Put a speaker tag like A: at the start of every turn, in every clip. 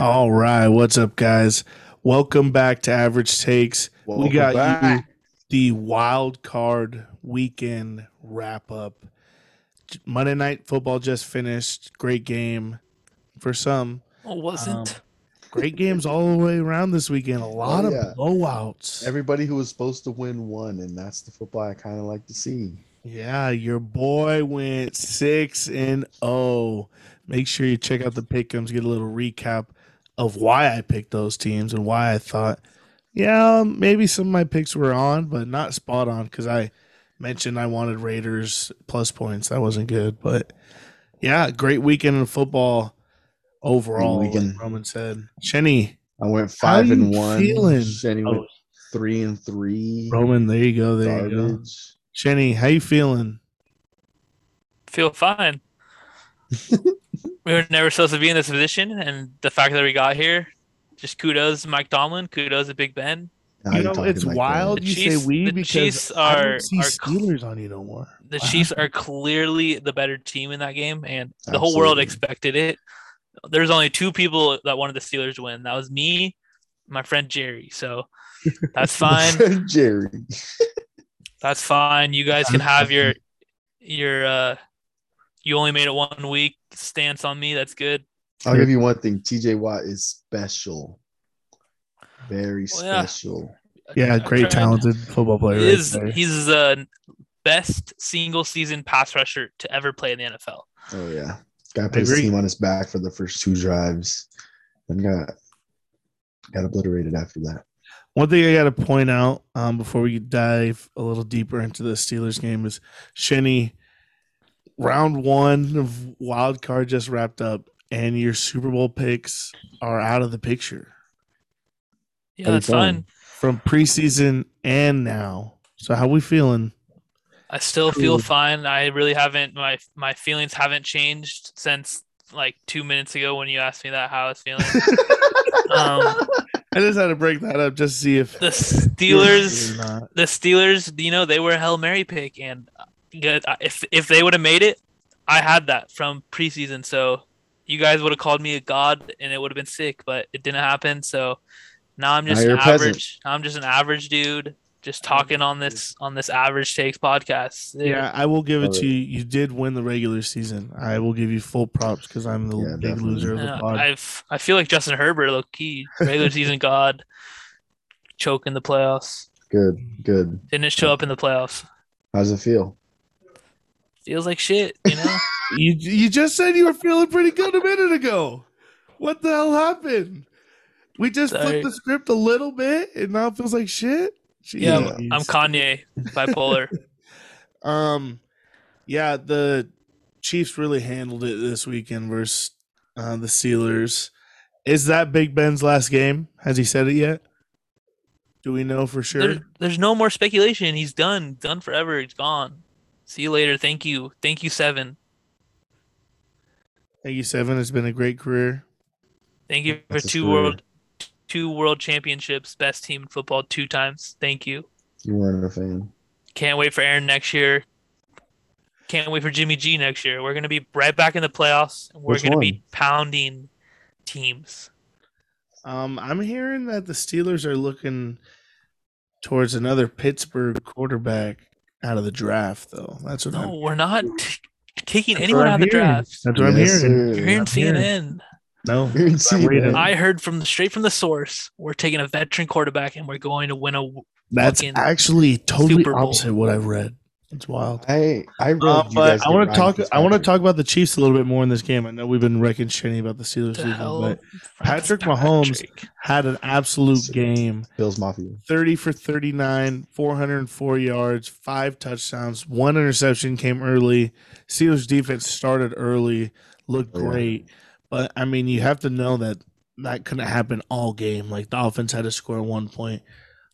A: All right, what's up, guys? Welcome back to Average Takes. we
B: Welcome
A: got
B: back.
A: you the wild card weekend wrap up. J- Monday night football just finished. Great game for some. Um,
C: Oh, wasn't.
A: Great games all the way around this weekend. A lot
B: Oh, yeah.
A: of blowouts.
B: Everybody who was supposed to win won, and that's the football I kind of like to see.
A: yeah, your boy went six and oh. Make sure you check out the pickums. Get a little recap of why I picked those teams and why I thought, yeah, maybe some of my picks were on, but not spot on because I mentioned I wanted Raiders plus points. That wasn't good, but yeah, great weekend in football overall.
B: Good weekend.
A: Like Roman said, Shenny,
B: I went
A: How
B: five and
A: you
B: one.
A: feeling?
B: Shenny
A: Oh.
B: went three and three.
A: Roman, there you go, there you go.
B: Garbage.
A: Shenny, how you feeling?
C: Feel fine. we were never supposed to be in this position, and the fact that we got here, just kudos to Mike Tomlin, kudos to Big Ben.
B: Now
A: You
B: you're
A: know,
B: talking
A: it's
B: like that.
A: wild
C: The
A: you
C: Chiefs-
A: say we
C: the
A: because
C: Chiefs
A: I
C: are-
A: don't see
C: are cl-
A: Steelers on you no more.
C: The
A: Wow.
C: Chiefs are clearly the better team in that game, and the whole world
B: Absolutely.
C: expected it. There's only two people that wanted the Steelers to win. That was me, my friend Jerry. So that's fine.
B: Jerry.
C: That's fine. You guys can have your your uh you only made it one week stance on me. That's good.
B: I'll give you one thing. TJ Watt is special. Very
C: Well, yeah.
B: special.
A: Yeah, great,
C: talent.
A: talented football player.
C: He
A: right
C: is
A: there.
C: he's the best single season pass rusher to ever play in the NFL.
B: Oh yeah. Guy put his
A: agree.
B: team on his back for the first two drives. And got got obliterated after that.
A: One thing I got to point out um, before we dive a little deeper into the Steelers game is Shenny, round one of wild card just wrapped up, and your Super Bowl picks are out of the picture
C: Yeah,
B: Pretty
C: that's
B: fun.
C: fine.
A: from preseason and now. So how we feeling?
C: I still feel
A: Cool.
C: fine. I really haven't my my feelings haven't changed since like two minutes ago when you asked me that how I was feeling. um,
A: I just had to break that up just to see if
C: the
A: you're
C: Steelers
A: or not.
C: the Steelers, you know, they were a Hail Mary pick, and uh, good- if if they would have made it, I had that from preseason. So you guys would have called me a god, and it would have been sick, but it didn't happen. So now I'm
B: Now
C: just
B: you're
C: an
B: a peasant.
C: average. I'm just an average dude, just talking on this on this average takes podcast.
A: Yeah, I will give it
B: Oh,
A: to you. You did win the regular season. I will give you full props because I'm the
B: Yeah,
A: big
B: definitely.
A: loser of the
C: Yeah,
A: pod.
C: uh, I've I feel like Justin Herbert, low key regular season god, choking the playoffs.
B: Good, good.
C: Didn't show up in the playoffs.
B: How's it feel?
C: Feels like shit, you know.
A: You you just said you were feeling pretty good a minute ago. What the hell happened? We just
C: Sorry.
A: flipped the script a little bit, and now it feels like shit.
C: yeah,
A: Jeez.
C: I'm Kanye bipolar.
A: um, yeah, the Chiefs really handled it this weekend versus uh, the Steelers. Is that Big Ben's last game? Has he said it yet? Do we know for sure?
C: There's, there's no more speculation. He's done. Done forever. He's gone. See you later. Thank you. Thank you, Seven.
A: Thank you, Seven. It's been a great career.
C: Thank you for
B: That's his
C: two
B: career.
C: world two world championships, best team in football two times. Thank you.
B: You weren't a fan.
C: Can't wait for Aaron next year. Can't wait for Jimmy G next year. We're gonna be right back in the playoffs and we're
B: Which
C: gonna
B: one?
C: be pounding teams.
A: Um, I'm hearing that the Steelers are looking towards another Pittsburgh quarterback out of the draft, though. That's what I'm.
C: No, we're not t- taking
A: That's
C: anyone
A: what
C: out of
A: I'm
C: the
A: hearing.
C: draft.
A: That's what
B: Yes,
A: I'm hearing.
B: sir.
C: You're in
A: I'm hearing.
C: CNN.
A: No,
B: You didn't see
A: reading.
B: that.
C: I heard from the, straight from the source. We're taking a veteran quarterback and we're going to win a
A: that's
C: Fucking
A: actually totally
C: Super Bowl.
A: opposite what I've read. It's wild.
B: I I read
A: Uh,
B: you guys
A: but I
B: did
A: want to
B: Ryan
A: talk. I want to
B: Fitzpatrick.
A: talk about the Chiefs a little bit more in this game. I know we've been wrecking Shinny about the Steelers,
C: the
A: season,
C: hell?
A: but
C: Frank
A: Patrick Mahomes-
C: Patrick.
A: had an absolute
B: Shit.
A: game.
B: Bills Mafia.
A: 30 for 39, 404 yards, five touchdowns, one interception came early. Steelers defense started early, looked
B: Oh, yeah.
A: great. But I mean, you have to know that that couldn't happen all game. Like the offense had to score one point.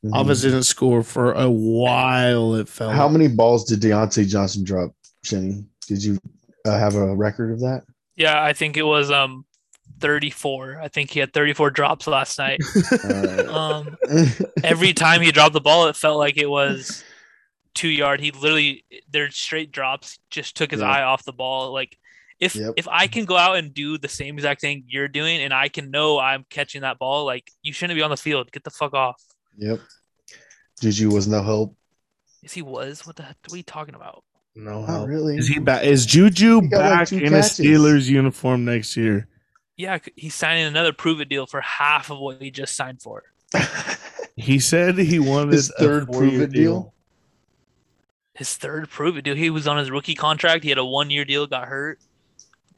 B: Mhm.
A: Offense didn't score for a while. It felt
B: How many balls did Deontay Johnson drop, Shinny? Did you uh, have a record of that?
C: Yeah, I think it was um 34. I think he had 34 drops last night.
B: Uh,
C: Um, every time he dropped the ball, it felt like it was two yard. He literally their straight drops just took his
B: Yeah.
C: eye off the ball. Like if
B: Yep.
C: if I can go out and do the same exact thing you're doing, and I can know I'm catching that ball, like you shouldn't be on the field. Get the fuck off.
B: Yep. Juju was no help.
C: Yes, he was. What the heck are we talking about?
A: No
B: Not
A: help.
B: really.
A: Is he back? Is Juju
B: He got, like,
A: back
B: two
A: in
B: catches.
A: a Steelers uniform next year?
C: Yeah, c- he's signing another prove it deal for half of what he just signed for.
A: He said he wanted
B: His third
A: four-year
B: prove it deal.
C: His third prove it deal. He was on his rookie contract. He had a one year deal, got hurt.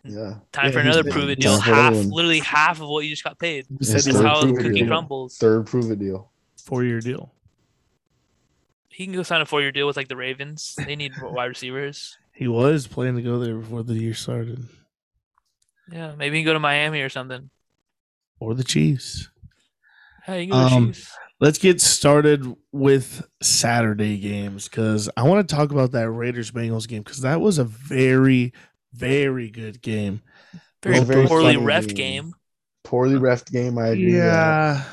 B: Yeah.
C: Time
A: Yeah,
C: for
A: he's
C: another
A: been-
C: prove it
B: yeah,
C: deal.
B: for
C: Half,
B: another one.
C: literally half of what you just got paid.
A: He said
B: His
A: he
C: That's
B: third
C: how the
B: prove it
C: cookie
B: deal.
C: crumbles.
B: Third prove it deal.
A: four year deal.
C: He can go sign a four year deal with like the Ravens. They need wide receivers.
A: He was planning to go there before the year started,
C: Yeah, maybe he can go to Miami or something.
A: or the Chiefs.
C: Hey, you can go to
A: Um,
C: Chiefs.
A: Let's get started with Saturday games because I want to talk about that Raiders Bengals game because that was a very, very good game.
C: Very,
B: well, very
C: poorly
B: funny.
C: ref game.
B: Poorly refed game. I agree. with that.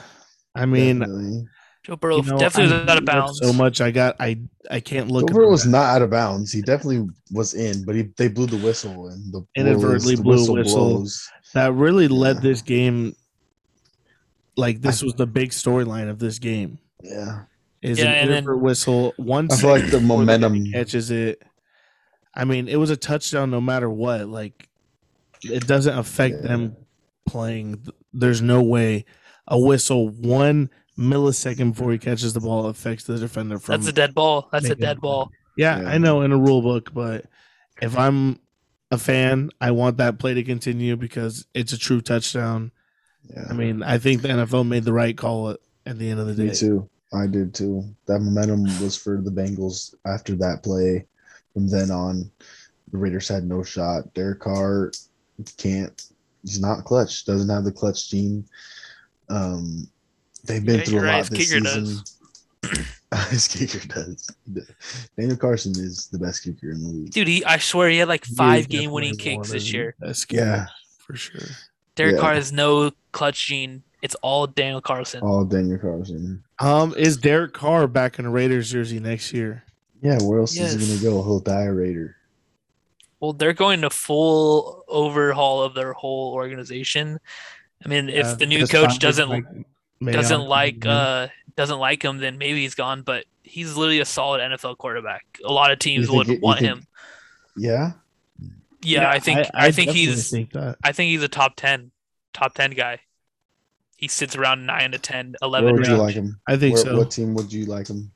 A: I mean,
B: Definitely.
C: Joe Burrow
A: you know,
C: definitely
A: I
C: was out of
A: hate that
C: bounds.
A: So much I got I I can't look. at
B: Dover
A: the
B: was
A: ref.
B: not out of bounds. He definitely was in, but he they blew the whistle and the
A: Inadvertently
B: blows- the
A: blew a whistle.
B: blows.
A: that really led
B: Yeah.
A: this game. Like this
B: I-
A: was the big storyline of this game.
B: Yeah,
A: Is
C: Yeah,
A: an
C: and then-
A: interfer whistle once
B: I feel like
A: before
B: the
A: the
B: momentum.
A: catches it. I mean, it was a touchdown no matter what. Like, it doesn't affect
B: Yeah.
A: them playing. There's no way a whistle one millisecond before he catches the ball affects the defender. From
C: That's a dead ball. That's a
A: making-
C: dead ball.
A: yeah,
B: Yeah.
A: I know in a rule book, but if I'm a fan, I want that play to continue because it's a true touchdown.
B: Yeah,
A: I mean, I think the NFL made the right call at, at the end of the
B: me
A: day.
B: too. I did too. That momentum was for the Bengals after that play. From then on, the Raiders had no shot. Derek Carr can't. He's not clutch. Doesn't have the clutch gene. Um, they've been
C: Yeah,
B: through
C: you're
B: a
C: right.
B: lot
C: His
B: this
C: kicker
B: season. His kicker does. Daniel Carson is the best kicker in the league.
C: Dude, he, I swear he had like
A: He
C: five
A: definitely
C: game winning
A: is
C: kicks
A: one
C: this
A: of
C: year.
A: the best
B: Yeah.
A: kickers, for sure.
C: Derek
B: Yeah.
C: Carr has no clutch gene. It's all Daniel Carlson.
B: All Daniel Carson.
A: Um, is Derek Carr back in a Raiders jersey next year?
B: Yeah, where else
C: Yes.
B: is he gonna go? He'll die a Raider.
C: Well, they're going to full overhaul of their whole organization. I mean,
A: Uh,
C: if the new
A: just
C: coach
A: find
C: doesn't
A: like Mayock
C: doesn't
A: and
C: like
A: Mayock.
C: uh doesn't like him, then maybe he's gone. But he's literally a solid NFL quarterback. A lot of teams
B: think
C: would
B: it- you
C: want
B: think-
C: him.
B: Yeah,
C: Yeah, I think I, think
A: definitely
C: he's
A: think that.
C: I think he's a top ten top ten guy. He sits around nine to 10,
B: where
C: 11.
B: would you
C: range.
B: like him?
A: I think
B: Where-
A: so.
B: What team would you like him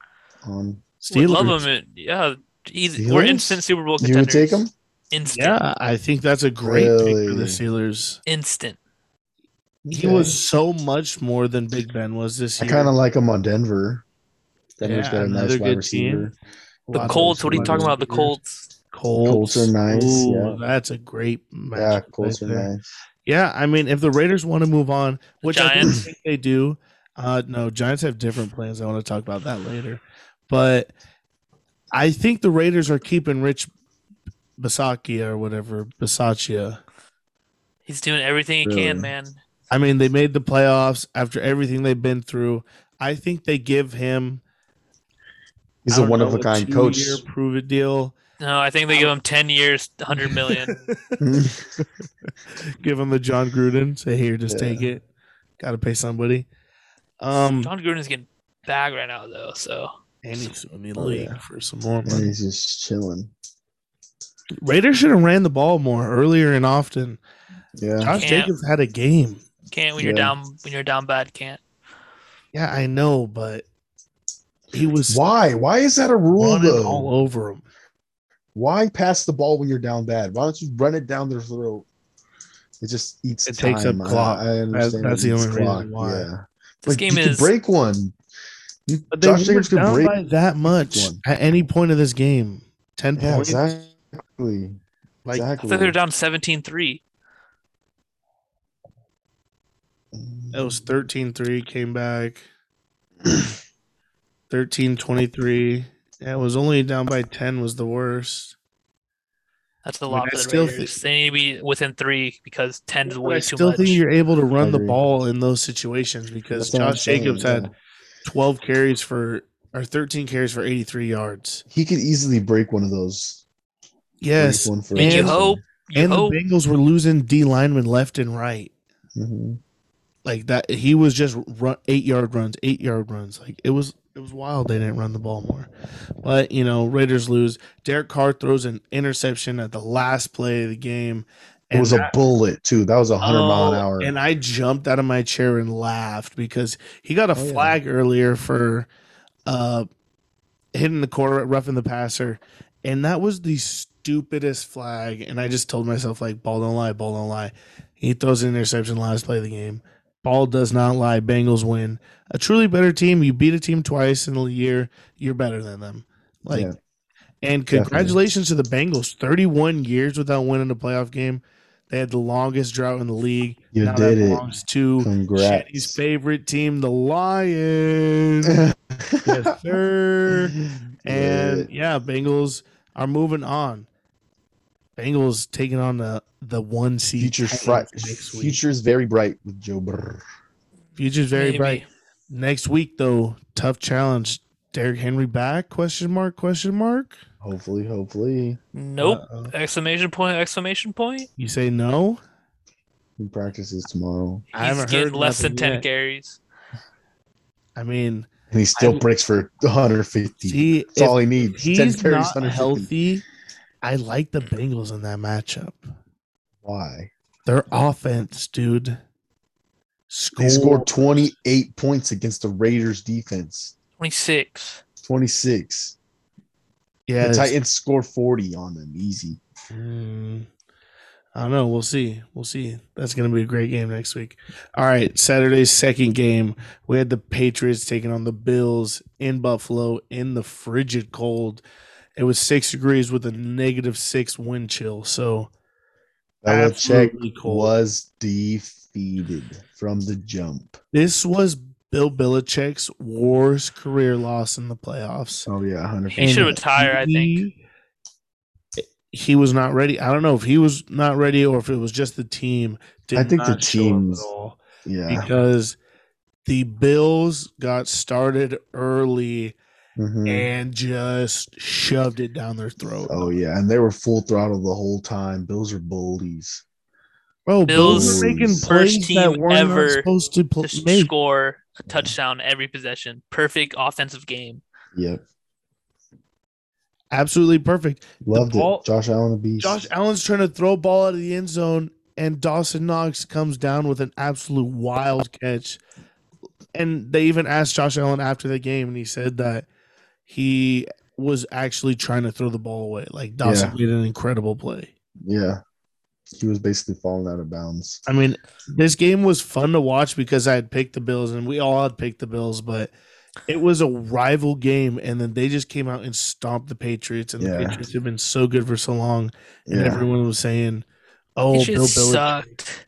B: on?
C: Would
A: Steelers.
C: love him. and- yeah, he's, we're
B: Steelers?
C: instant Super Bowl
B: You would
C: contenders.
B: take him?
C: Instant,
A: Yeah, I think that's a great pick for the
B: Really?
A: Steelers.
C: instant.
A: He
B: Okay.
A: was so much more than Big Ben was this
B: I
A: year.
B: kind of like him on Denver. Denver's
A: Yeah,
B: got a nice
A: another
B: wide
A: good
B: receiver.
A: A lot
C: The
A: of
C: Colts. What are you
A: wide
C: talking about? The
A: receivers.
C: Colts.
A: Colts,
B: Colts are nice,
A: Ooh,
B: yeah.
A: that's a great match.
B: Yeah, Colts are nice.
A: Yeah, I mean, if the Raiders want to move on, which I don't
C: Giants.
A: think they do, uh, no, Giants have different plans. I want to talk about that later, but I think the Raiders are keeping Rich Bisaccia or whatever Bisaccia.
C: He's doing everything he
B: Really?
C: can, man.
A: I mean, they made the playoffs after everything they've been through. I think they give him.
B: He's
A: I
B: a
A: don't
B: one
A: know,
B: of a kind coach.
A: two-year Prove it deal.
C: No, I think they give him ten years, hundred million.
A: give him the John Gruden. Say here, just
B: Yeah.
A: take it. Got to pay somebody. Um,
C: John Gruden's getting bag right now though, so
A: and he's in the
B: Oh,
A: league
B: yeah.
A: for some more
B: and
A: money.
B: he's just chilling.
A: Raiders should have ran the ball more earlier and often.
B: Yeah,
A: Josh
C: Can't.
A: Jacobs had a game.
C: can't when you're
B: Yeah.
C: down when you're down bad, can't.
A: Yeah, I know, but he was
B: why? Why is that a rule
A: running
B: though?
A: all over him.
B: Why pass the ball when you're down bad? Why don't you run it down their throat? It just eats.
A: It takes
B: time.
A: up clock.
B: I, I
A: That's-
B: understand.
A: that's
B: it
A: the
B: eats
A: only reason why.
B: Yeah.
C: This
B: Like,
C: game
B: you could
C: is
B: break one. You,
A: But they
B: Josh
A: were
B: Jacobs could
A: down
B: break.
A: by that much
B: one.
A: at any point of this game. Ten
B: Yeah,
A: points.
B: exactly.
A: Like,
C: I thought
B: exactly.
C: they were down 17-3.
A: It was 13-3, came back. 13-23. Yeah, it was only down by 10 was the worst.
C: That's a
A: mean,
C: lot
A: I
C: for the
A: still
C: Raiders. they need to be within three because ten is
A: But
C: way
A: I
C: too
A: still
C: much.
A: think you're able to run the
B: agree.
A: ball in those situations because
B: That's what I'm
A: Josh
B: saying,
A: Jacobs had
B: yeah.
A: 12 carries for or 13 carries for 83 yards.
B: He could easily break one of those. break
A: Yes.
B: one for a
C: And you
A: And-
C: hope. You
A: And the
C: hope.
A: Bengals were losing D linemen left and right.
B: Mhm.
A: Like that he was just run, 8-yard runs, 8-yard runs. Like it was it was wild they didn't run the ball more. But, you know, Raiders lose. Derek Carr throws an interception at the last play of the game.
B: It was a bullet too. That was a hundred mile an
A: Oh,
B: hour.
A: And I jumped out of my chair and laughed because he got a
B: Oh, yeah.
A: flag earlier for uh hitting the quarterback, roughing the passer, and that was the stupidest flag. And I just told myself like, ball don't lie, ball don't lie. He throws an interception last play of the game. Ball does not lie. Bengals win. A truly better team. You beat a team twice in a year. You're better than them. Like,
B: Yeah.
A: and
B: Definitely.
A: congratulations to the Bengals. 31 years without winning a playoff game. They had the longest drought in the league.
B: you
A: now
B: did
A: that
B: it.
A: belongs to Shetty's
B: Congrats.
A: favorite team, the Lions. yes, sir. And yeah, Bengals are moving on. Bengals taking on the the one seed
B: Future's
A: Titans
B: bright.
A: next week.
B: Future's very bright with Joe Burr.
A: Future's very
C: Maybe.
A: bright. Next week though, tough challenge. Derrick Henry back? Question mark? Question mark?
B: Hopefully, hopefully,
C: Nope.
A: Uh-oh.
C: Exclamation point! Exclamation point!
A: You say no?
B: he practices tomorrow,
A: I
C: He's
A: haven't
C: getting
A: heard
C: less than
A: nothing
C: ten
A: yet.
C: carries.
A: I mean,
B: and he still
A: I-
B: breaks for 150.
A: see,
B: That's all
A: if
B: he needs. 10
A: he's
B: carries,
A: not
B: 150.
A: healthy, I like the Bengals in that matchup.
B: Why?
A: Their offense, dude. Score.
B: They scored 28 points against the Raiders defense.
C: Twenty six.
B: 26.
A: Yes.
B: The Titans scored 40 on them. Easy.
A: Mm. I don't know. We'll see. We'll see. That's going to be a great game next week. All right. Saturday's second game. We had the Patriots taking on the Bills in Buffalo in the frigid cold. It was six degrees with a negative six wind chill. So,
B: Belichick
A: Absolutely cold.
B: was defeated from the jump.
A: This was Bill Belichick's worst career loss in the playoffs.
B: Oh, yeah. 100
C: He should retire, I think.
A: He- He was not ready. I don't know if he was not ready or if it was just the team. did
B: I think
A: not show
B: the
A: up at
B: teams-
A: all
B: Yeah.
A: because the Bills got started early
B: Mhm.
A: and just shoved it down their throat.
B: Oh, yeah. And they were full throttle the whole time. Bills are bullies.
A: Bro, Bills,
B: Bills
A: were making
B: first
A: plays that
C: team
A: weren't
C: ever
A: supposed to pl-
C: Just
A: make.
C: score a touchdown every possession. Perfect offensive game.
B: Yep.
A: Absolutely perfect.
B: Loved
A: ball-
B: it. Josh Allen, the beast.
A: Josh Allen's trying to throw a ball out of the end zone, and Dawson Knox comes down with an absolute wild catch. And they even asked Josh Allen after the game, and he said that he was actually trying to throw the ball away. Like Dawson
B: Yeah.
A: made an incredible play.
B: Yeah. He was basically falling out of bounds.
A: I mean, this game was fun to watch because I had picked the Bills, and we all had picked the Bills, but it was a rival game, and then they just came out and stomped the Patriots, and the
B: Yeah.
A: Patriots have been so good for so long, and
B: Yeah.
A: everyone was saying, "Oh,
C: They
A: Bill
C: just
A: Belichick."
C: sucked.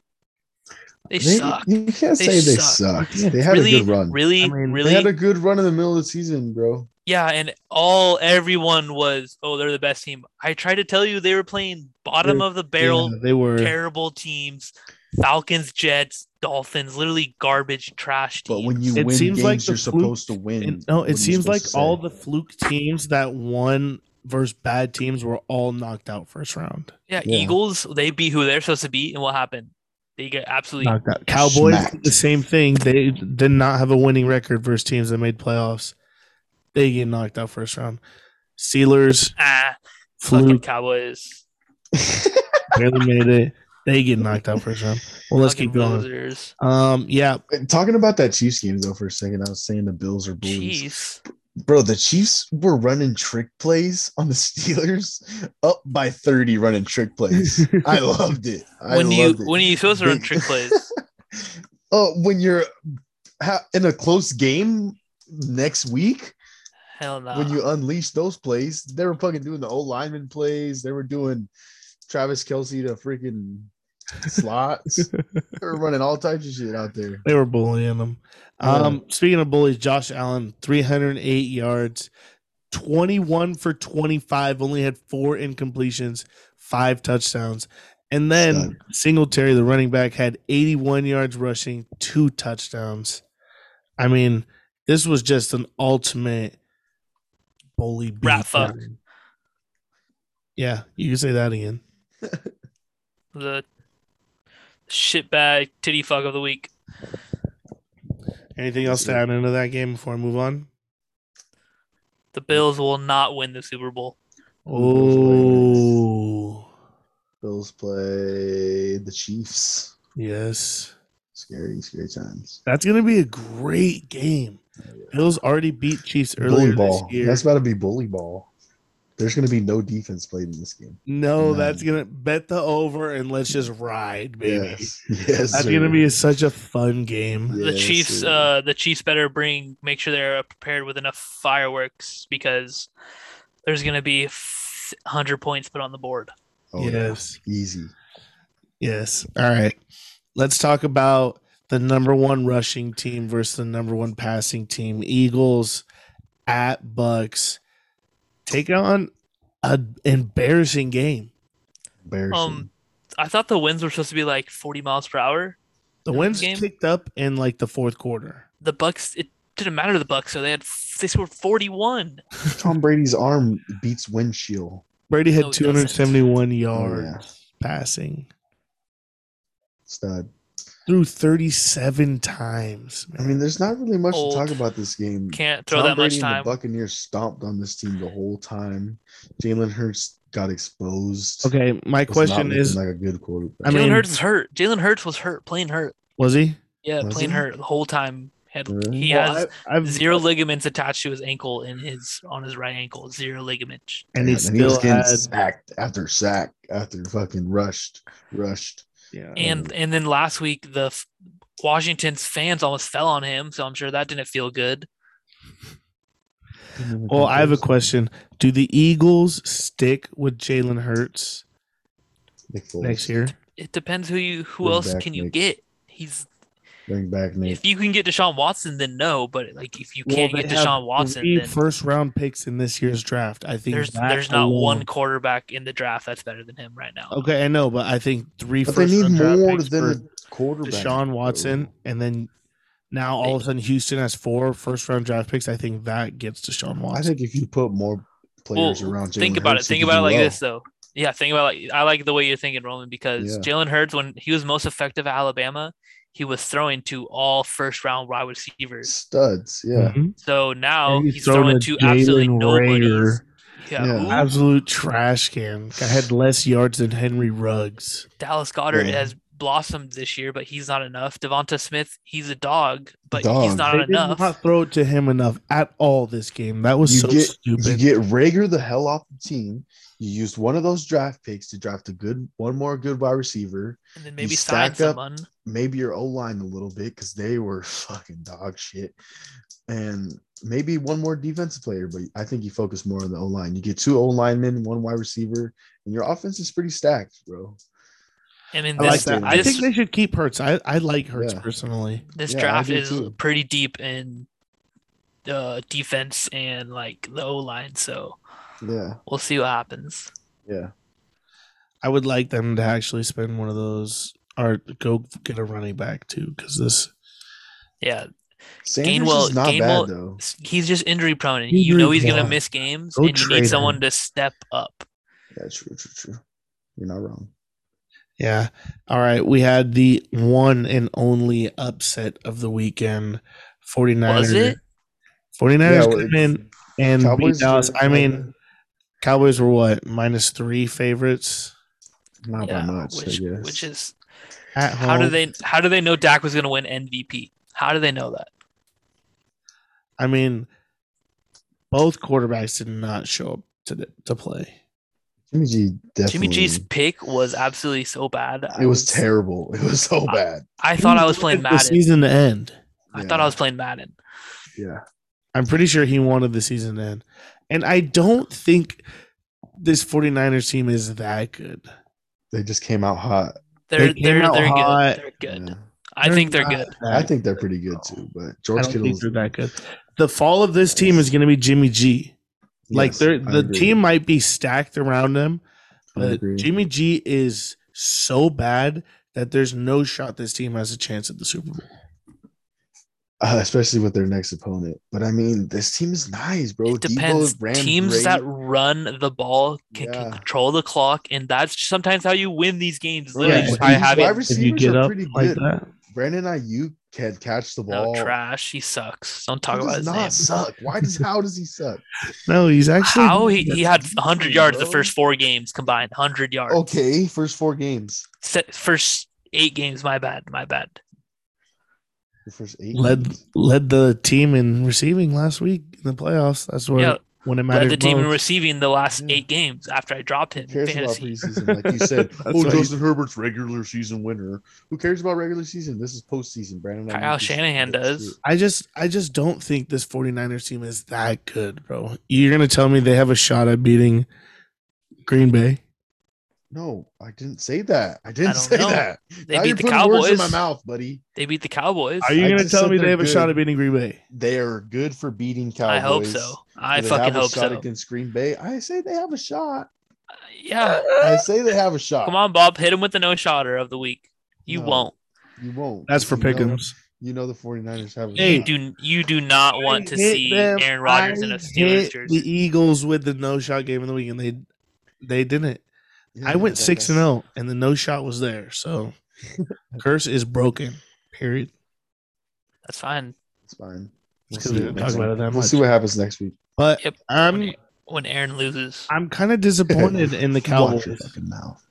C: They,
B: They-
C: sucked.
B: You can't
C: They
B: say they
C: suck.
B: sucked. They had
C: really,
B: a good run.
C: really,
A: I mean, they
B: They
C: really.
B: had a good run in the middle of the season, bro.
C: yeah, and all everyone was, oh, they're the best team. I tried to tell you they were playing bottom
A: They're-
C: of the barrel,
A: Yeah, they were.
C: terrible teams. Falcons, Jets, Dolphins, literally garbage, trash teams.
B: But when you
A: It
B: win
A: seems
B: games,
A: like the
B: you're
A: fluke-
B: supposed to win.
A: And, no,
B: What are you
A: it seems
B: supposed
A: like
B: to say?
A: all the fluke teams that won versus bad teams were all knocked out first round.
C: yeah,
B: Yeah.
C: Eagles, they beat who they're supposed to beat, and what happened? They get absolutely
A: Knocked out. Cowboys did
B: Smacked.
A: the same thing. They did not have a winning record versus teams that made playoffs. They get knocked out first round. Steelers
C: ah fucking
A: fluke
C: Cowboys.
A: barely made it. They get knocked out first round. Well, let's
C: fucking
A: keep going.
C: Losers.
A: Um, yeah,
B: Talking about that Chiefs game though for a second, I was saying the Bills are bullies,
C: Jeez.
B: bro. The Chiefs were running trick plays on the Steelers, up by thirty running trick plays. I loved it. I
C: when do you
B: loved it.
C: when are you supposed to run
B: They-
C: trick plays?
B: oh, when you're ha- in a close game next week,
C: Hell no.
B: when
A: Uh,
B: you unleash those plays, they were fucking doing the old lineman plays. They were doing Travis Kelsey to freaking slots. they were running all types of shit out there.
A: They were bullying them. Um, Speaking of bullies, Josh Allen, 308 yards, 21 for 25, only had four incompletions, five touchdowns. And then
B: Stud.
A: Singletary, the running back, had 81 yards rushing, two touchdowns. I mean, this was just an ultimate bully beat
C: Rat fuck.
A: down. Yeah, you can say that again.
C: The shitbag titty fuck of the week.
A: Anything else to add into that game before I move on?
C: The Bills will not win the Super Bowl.
A: Oh,
B: Bills play the Chiefs.
A: yes.
B: Scary, scary times.
A: That's going to be a great game. Bills already beat Chiefs earlier
B: bully ball.
A: this year.
B: That's about to be bully ball. There's going to be no defense played in this game.
A: no,
B: No.
A: that's going to bet the over and let's just ride, baby.
B: Yes, yes.
A: That's
B: sir.
A: going to be such a fun game.
B: Yeah,
C: the Chiefs,
B: sir.
C: uh, the Chiefs better bring make sure they're prepared with enough fireworks because there's gonna be hundred points put on the board.
B: Oh, yeah.
A: yes.
B: easy.
C: Um,
A: Yes. All right. Let's talk about the number one rushing team versus the number one passing team. Eagles at Bucks take on an embarrassing game.
B: Embarrassing.
C: Um, I thought the winds were supposed to be like forty miles per hour.
A: The
C: That
A: wins
C: game-
A: kicked up in like the fourth quarter.
C: The Bucks, it didn't matter to the Bucks, so they had they scored forty one.
B: Tom Brady's arm beats windshield.
A: Brady
C: No,
A: had
C: it
A: 271
B: Oh,
A: yards
B: yeah.
A: passing
B: Stud.
A: through 37 times.
B: I
A: man.
B: mean, there's not really much
C: Old.
B: to talk about this game.
C: Can't throw
B: Tom
C: that
B: Brady and
C: much time.
B: The Buccaneers stomped on this team the whole time. Jalen Hurts got exposed.
A: okay, my
B: Was not
A: question
B: looking
A: is
B: like a good quarterback.
A: I
C: Jalen
A: mean-
C: Hurts is hurt. Jalen Hurts was hurt, plain hurt.
A: was he?
C: Yeah,
B: Was
C: plain
B: he?
C: hurt the whole time. Had
B: Really?
C: he
A: Well,
C: has
A: I- I've-
C: zero ligaments attached to his ankle in his on his right ankle. Zero ligaments.
A: and he
B: Yeah,
A: still
B: getting
A: had
B: sacked after sack after fucking rushed, rushed.
A: yeah.
C: And and then last week the f- Washington's fans almost fell on him, so I'm sure that didn't feel good.
A: Well, I have a question. Do the Eagles stick with Jalen Hurts
B: Nick Foles.
A: next year?
C: It depends who you who
B: Bring
C: else
B: back
C: can you
B: Nick.
C: get. He's
B: Bring back Nick.
C: if you can get Deshaun Watson, then no. But like if you can't
A: Well, they
C: get
A: have
C: Deshaun Watson,
A: three
C: then
A: first round picks in this year's draft. I think
C: there's
A: that
C: there's not
A: alone-
C: one quarterback in the draft that's better than him right now.
A: Okay, I know, but I think three
B: But they
A: first
B: need
A: round draft
B: more
A: picks
B: than
A: for
B: a quarterback. Oh.
A: Deshaun Watson, and then now all of a sudden Houston has four first round draft picks. I think that gets Deshaun
B: I
A: Watson.
B: think if you put more players around, Jalen
C: think about
B: Hurts,
C: it.
B: he
C: Think
B: could
C: about it
B: do
C: like
B: well.
C: this though. Yeah, think about it like I like the way you're thinking, Roman, because
B: Yeah.
C: Jalen Hurts when he was most effective at Alabama, he was throwing to all first round wide receivers.
B: Studs, yeah.
A: Mhm.
C: So now
A: And he's
C: he's
A: thrown
C: throwing
A: to
C: to absolutely
A: Jalen
C: nobody.
A: Rager.
C: Yeah,
B: Yeah.
C: who?
A: Absolute trash can. I had less yards than Henry Ruggs.
C: Dallas Goddard
B: Yeah.
C: has blossomed this year, but he's not enough. Devonta Smith, he's a dog, but he's
B: Dog.
C: not
A: They did
C: enough.
A: not throw it to him enough at all this game. That was
B: You
A: so
B: get-
A: stupid.
B: You get Rager the hell off the team. You used one of those draft picks to draft a good one more good wide receiver.
C: and then maybe
B: stack
C: sign
B: up-
C: someone.
B: Maybe your O line a little bit because they were fucking dog shit. And maybe one more defensive player, but I think you focus more on the O line. You get two O linemen, one wide receiver, and your offense is pretty stacked, bro.
C: I mean,
A: I
C: this,
A: like
B: That's
A: that.
B: it.
A: I
C: this,
A: think they should keep Hurts. I, I like Hurts
B: Yeah.
A: personally.
C: this
B: Yeah, I
C: draft
B: do
C: is
B: too.
C: pretty deep in uh, defense and like the O line, so
B: Yeah,
C: we'll see what happens.
B: yeah.
A: I would like them to actually spend one of those or go get a running back too, because this
C: Yeah,
B: Sanders
C: Gainwell-
B: is not
C: Gainwell-
B: bad though.
C: s- he's just injury prone, and you know
A: Injury
C: he's gonna
A: prone.
C: miss games,
A: Go
C: and you
A: trade
C: need someone
A: him.
C: to step up.
B: Yeah, true, true, true. You're not wrong.
A: yeah. All right. We had the one and only upset of the weekend. 49
C: Was it?
A: 49ers
B: well,
A: came in and
B: Cowboys
A: beat Dallas.
B: are-
A: I mean, Cowboys were what? Minus three favorites
B: not
C: Yeah,
B: by much,
C: which,
B: I guess.
C: which is
A: at home.
C: How do they how do they know Dak was gonna win MVP? How do they know that?
A: I mean, both quarterbacks did not show up to, to play.
B: Jimmy G definitely.
C: Jimmy G's pick was absolutely so bad. I
B: It was terrible. It was so
C: I-
B: bad.
C: I thought I was playing
A: The
C: Madden.
A: season to end.
C: I thought I was playing Madden.
B: Yeah.
A: I'm pretty sure he wanted the season to end. And I don't think this 49ers team is that good.
B: They just came out hot.
C: They're
A: came
C: they're
A: out
C: they're
A: hot.
C: good. They're good. Oh.
B: Yeah.
C: I think they're
A: not
C: good.
A: that
B: I think they're pretty good too. But
A: I
B: George
A: don't think
B: Kittle's
A: they're that good. The fall of this team is going to be Jimmy G. like
B: yes,
A: they're,
B: I
A: the
B: agree.
A: team might be stacked around him,
B: I
A: but
B: agree.
A: Uh, Jimmy G is so bad that there's no shot this team has a chance at the Super Bowl.
B: uh, especially with their next opponent. But I mean, this team is nice, bro.
C: It depends.
B: Debo ran
C: Teams
B: great.
C: that run the ball can, can
B: Yeah.
C: control the clock, and that's sometimes how you win these games.
B: Right.
C: Literally, just by
A: Wide
C: having
B: Wide
A: If you
B: receivers
A: get
B: are
A: up
B: pretty
A: like
B: good.
A: that,
B: Brandon Ayuk can catch the
C: no
B: ball.
C: trash. He sucks. Don't talk
B: he
C: about
B: does
C: his
B: not
C: name.
B: suck. Why does how does he suck?
A: no, he's actually
C: How he, he had 100 yards the
B: bro. Oh.
C: first four games combined. 100 yards.
B: Okay, first four games.
C: Se- First eight games. My bad. My bad.
B: The first eight.
A: led
B: games.
A: led the team in receiving last week in the playoffs. That's where
C: Yeah,
A: when it
C: led
A: mattered
C: the team in
A: most.
C: receiving the last
B: Yeah.
C: eight games after I dropped him
B: Who
C: in
B: cares about
C: fantasy.
B: preseason? Like you said,
A: That's
B: oh,
A: right.
B: Justin Herbert's regular season winner. Who cares about regular season? This is postseason. Brandon
C: Kyle
B: Ayuk is-
C: Shanahan does.
A: I just I just don't think this 49ers team is that good, bro. You're gonna tell me they have a shot at beating Green Bay?
B: No, I didn't say that. I didn't
C: don't
B: say
C: know.
B: that.
C: They
B: now
C: beat
B: you're
C: the
B: putting words in my
C: Cowboys.
B: mouth, buddy.
C: They beat the Cowboys.
A: Are you
B: I
A: gonna
B: just
A: tell
B: said
A: me they
B: they're
A: have a shot
B: good.
A: at beating Green Bay?
B: They are good for beating Cowboys.
C: I hope so. I
B: Do they
C: fucking
B: have a
C: hope
B: shot
C: so.
B: against Green Bay. I say they have a shot.
C: Uh, Yeah.
B: I say they have a shot.
C: Come on, Bob. Hit him with the no shotter of the week. You
B: No.
C: won't.
B: You won't.
A: That's for
B: You know-
A: Pickums.
B: You know the 49ers have a
A: Hey,
C: You
B: shot.
C: do you do not want to
A: I hit
C: see
A: them.
C: Aaron Rodgers in
A: I
C: a Steelers
A: hit
C: jersey.
B: E
A: The Eagles with the no shot game of the week, and they they didn't.
B: Yeah,
A: I went
B: that-
A: six and oh.
B: that's-
A: zero, and the no shot was there. So curse is broken. Period.
C: That's fine.
B: It's fine. We'll
A: Because
B: see
A: we
B: what
A: didn't
B: next
A: talk about
B: week-
A: it that
B: We'll
A: much.
B: see what happens next week.
A: But
C: Yep.
A: I'm
C: When Aaron loses,
A: I'm kind of disappointed in the Cowboys.
B: Watch your fucking mouth.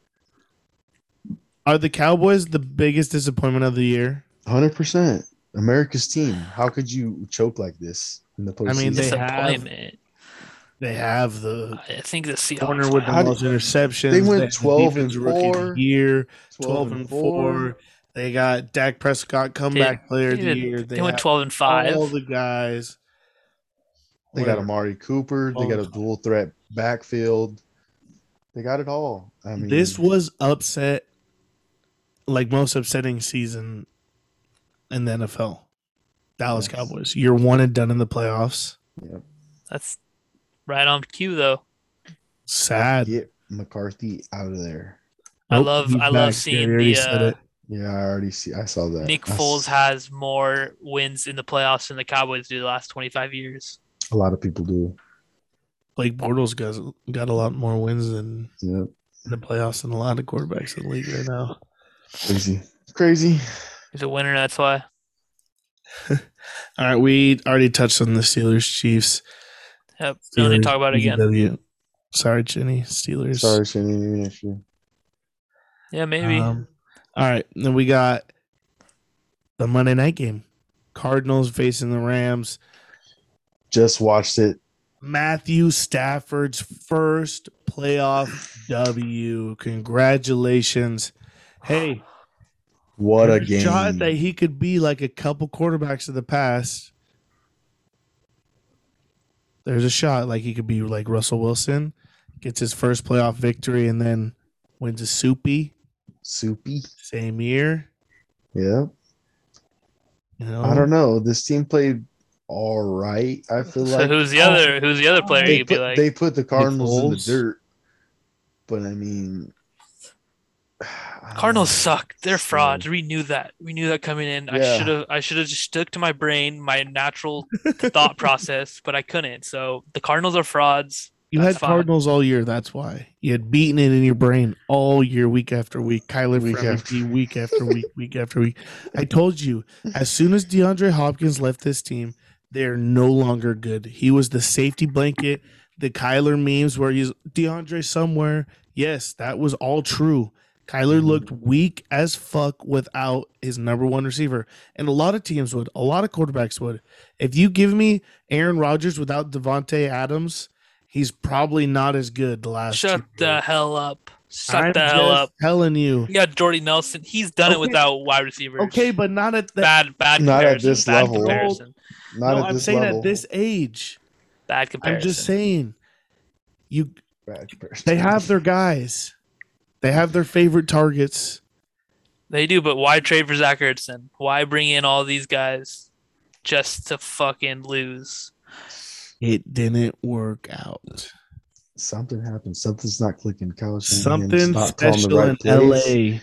A: Are the Cowboys the biggest disappointment of the year?
B: 100%. America's team. How could you choke like this in the postseason?
A: I mean, they have-
C: disappointment.
A: They have the
C: I think the Seahawks.
A: corner with the
B: How
C: have-
B: do-
A: most interceptions.
B: They went
A: have the
B: 12 and
A: defense rookie of the
B: four.
A: year, twelve and four. They got Dak Prescott comeback player
C: they,
A: of the year.
C: did- they went
A: have
C: twelve and five.
A: All the guys.
B: They got Amari Cooper. They got
A: oh,
B: a dual threat backfield. They got it all. I mean,
A: this was upset, like most upsetting season in the NFL. Dallas
B: Yes.
A: Cowboys. You're one and done in the playoffs.
C: That's right on cue though.
A: Sad.
B: get McCarthy out of there.
C: I
A: Nope,
C: love
A: he's
C: I
A: back.
C: love
A: Yeah,
C: seeing
A: we already
C: the
A: said
C: uh,
A: it.
B: Yeah, I already see. I saw that.
C: Nick
B: I s-
C: Foles has more wins in the playoffs than the Cowboys do the last twenty five years.
B: A lot of people do.
A: Blake Bortles got got a lot more wins than
B: Yeah,
A: in the playoffs than a lot of quarterbacks in the league right now.
B: crazy, crazy.
C: He's a winner. That's why.
A: All right, we already touched on the Steelers Chiefs.
C: Yep. Don't need
A: Steelers,
C: to talk about it again.
A: BGW. Sorry, Jenny. Steelers.
B: Sorry, Shane. Maybe next year.
C: Yeah, maybe.
A: Um, all right, then we got the Monday night game. Cardinals facing the Rams.
B: Just watched it.
A: Matthew Stafford's first playoff W. Congratulations. Hey,
B: What a
A: there's
B: game!
A: shot that he could be like a couple quarterbacks of the past. There's a shot like he could be like Russell Wilson, gets his first playoff victory, and then wins a soupy
B: Soupy.
A: same year.
B: Yeah.
A: You know,
B: I don't know. This team played all right. I feel
C: so
B: like
C: who's the other? Who's the other player?
B: they,
C: You'd be
B: put,
C: like,
B: they put the Cardinals in the
A: Foles?
B: dirt. But I mean, I don't know.
C: Cardinals suck. They're
B: So-
C: frauds. We knew that. We knew that coming in. I
B: Yeah.
C: should have. I should have just stuck to my brain, my natural thought process, but I couldn't. So the Cardinals are frauds.
A: You
C: That's
A: had
C: fine.
A: Cardinals all year. That's why you had beaten it in your brain all year, week after week. Kyler
B: Week
A: week after
B: after-
A: week after week, week after week. I told you, as soon as DeAndre Hopkins left this team, they're no longer good. He was the safety blanket. The Kyler memes where he's DeAndre somewhere. Yes, that was all true. Kyler
B: Mhm.
A: looked weak as fuck without his number one receiver. And a lot of teams would, a lot of quarterbacks would. If you give me Aaron Rodgers without Devontae Adams, he's probably not as good the last
C: Shut
A: two
C: the
A: years.
C: hell up. Shut
A: I'm
C: the hell
A: just
C: up.
A: telling you.
C: Yeah, Jordy Nelson. He's done
A: Okay.
C: it without wide receivers.
A: Okay, but not at that.
C: Bad, bad
B: Not
C: comparison.
B: at this
C: bad
B: level.
C: Comparison.
B: Not
A: no,
B: at
A: I'm
B: this
A: saying
B: level.
A: at this age.
C: Bad comparison.
A: I'm just saying. You
B: Bad comparison.
A: they have their guys. They have their favorite targets.
C: They do, but why trade for Zach Ertz? Why bring in all these guys just to fucking lose?
A: It didn't work out.
B: something happened. Something's not clicking. Kyle Shanahan's
A: Something
B: not calling the
A: special
B: right
A: in
B: plays,
A: LA.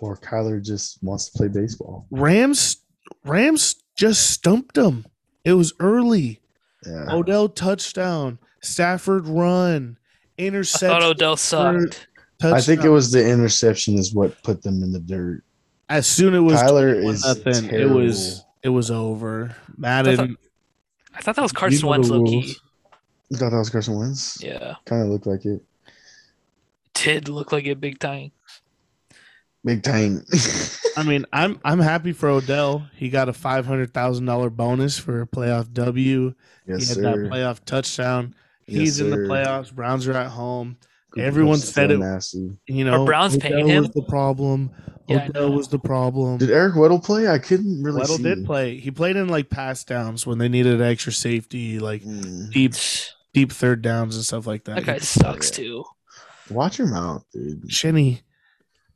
B: Or Kyler just wants to play baseball.
A: Rams Rams just stumped him. It was early.
B: Yeah.
A: Odell touchdown, Stafford run,
C: I thought
A: interception.
C: Odell sucked.
A: touchdown.
B: I think it was the interception is what put them in the dirt.
A: as soon it was
B: Tyler
A: one
B: is
A: nothing. It
B: terrible.
A: was it was over. Madden.
C: I thought that was
A: you
C: Carson
A: know the
C: Wentz low key.
A: rules.
B: You thought that was Carson Wentz?
C: Yeah.
B: Kind of looked like it.
C: Did look like a big time.
B: Big time.
A: I mean, I'm I'm happy for Odell. He got a five hundred thousand dollar bonus for a playoff W.
B: yes,
A: he had
B: sir.
A: that playoff touchdown.
B: Yes,
A: He's in the
B: sir.
A: playoffs. Browns are at home.
B: Cooper
A: everyone
B: Cup's
A: said
B: still
A: it-
B: Nasty.
A: You know,
C: Browns
A: Odell
C: paying him?
A: was the problem.
C: Yeah, I
A: Odell
C: know.
A: was the problem.
B: Did Eric Weddle play? I couldn't really.
A: Weddle
B: see.
A: did play. He played in like pass downs when they needed extra safety, like
B: Mm.
A: deep
C: That
A: deep third downs and stuff like that.
C: guy sucks too.
B: Watch your mouth, dude.
A: Shinny,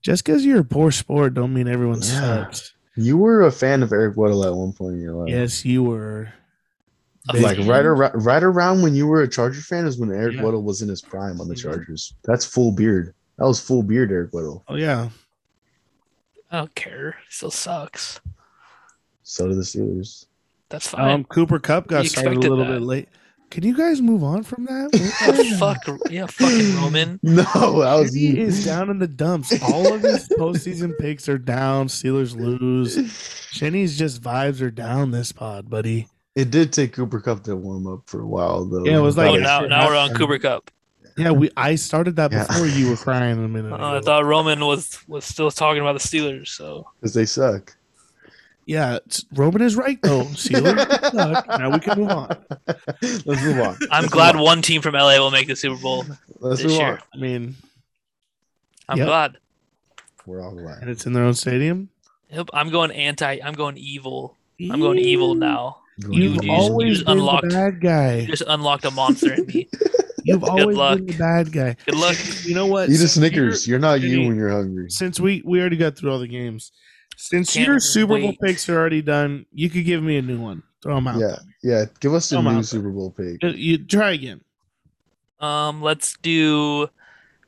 A: just because you're a poor sport, don't mean everyone
B: Yeah.
A: sucks.
B: You were a fan of Eric Weddle at one point in your life.
A: Yes, you were.
C: A
B: Like
C: fan?
B: right around, right around when you were a Charger fan is when Eric
A: Yeah.
B: Weddle was in his prime on the
A: Mhm.
B: Chargers. That's full beard. That was full beard, Eric Weddle.
A: Oh yeah,
B: er-
C: I don't care. Still sucks.
B: So do the Steelers.
C: That's fine.
A: um, Cooper Cup got
C: You
A: started a
C: expected
A: little
C: that.
A: bit late. Can you guys move on from that? What the
C: yeah, fuck yeah, fucking Roman.
B: No, that was
A: Jimmy
B: you.
A: is down in the dumps. All of his postseason picks are down. Steelers lose. Shenny's just vibes are down this pod, buddy.
B: It did take Cooper Cup to warm up for a while, though.
A: Yeah, it was like-
C: Oh,
A: Yeah,
C: now
A: shit
C: now we're on
A: happened.
C: Cooper Cup.
A: Yeah, we. I started that
B: Yeah.
A: before you were crying a minute.
C: Uh, I
A: ago.
C: thought Roman was was still talking about the Steelers. So
B: because they suck.
A: yeah, it's- Roman is right though. Steelers suck. Now we can move on.
B: Let's move on.
C: I'm
B: Let's
C: glad
B: Move on.
C: one team from LA will make the Super Bowl.
B: Let's
C: this
B: move
C: year.
B: on.
A: I mean,
C: I'm
A: Yep.
C: glad.
B: We're all glad.
A: and it's in their own stadium.
C: Yep, I'm going anti. I'm going evil. I'm going evil now.
A: You've
C: You just- you
A: always
C: just
A: been the
C: unlocked-
A: bad guy.
C: You just unlocked a monster in me.
A: You've always
C: luck.
A: been the bad guy.
C: Good luck.
A: You know what?
B: You
A: Since
B: just Snickers.
A: you're-
B: You're not you
A: Jimmy-
B: when you're hungry.
A: Since we we already got through all the games, since
C: Can't
A: your Super Bowl
C: wait.
A: picks are already done, you could give me a new one. Throw them out.
B: Yeah, yeah. Give us a
A: Come
B: new
A: on.
B: Super Bowl pick.
A: You- You try again.
C: Um, let's do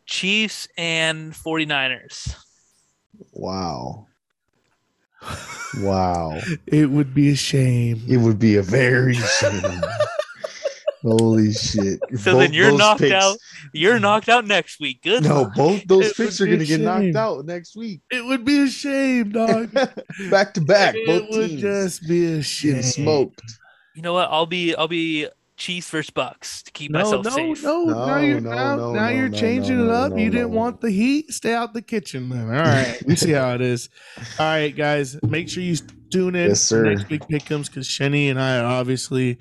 C: Chiefs and 49ers.
B: Wow. Wow.
A: It would be a shame.
B: It would be a very shame. Holy shit.
C: So then you're knocked out. You're
A: Mm.
C: knocked out next week. Good.
B: No,
C: luck.
B: both those
A: It
B: picks
A: would
B: are
A: be a
B: going to get knocked
A: shame.
B: out next week.
A: It would be a shame, dog.
B: back to back.
A: it
B: Both
A: would
B: teams
A: just be a shame.
B: getting smoked.
C: You know what? I'll be I'll be Chiefs versus Bucks to keep
A: No,
C: myself
A: no,
C: safe.
A: no,
B: No,
A: Now you're
B: no,
A: now,
B: no,
A: now
B: no,
A: you're
B: no,
A: changing
B: no,
A: it up.
B: no,
A: you
B: no.
A: didn't want the heat. Stay out the kitchen, then. All right, we see how it is. All right, guys, make sure you tune in
B: Yes,
A: for
B: sir.
A: next week pickums because Shenny and I are obviously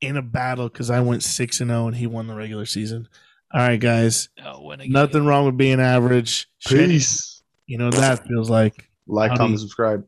A: in a battle because I went six and zero and he won the regular season. All right, guys,
C: No, win again.
A: nothing wrong with being average. Shenny,
B: Peace.
A: you know what that feels like.
B: Like,
A: Howdy.
B: comment, subscribe.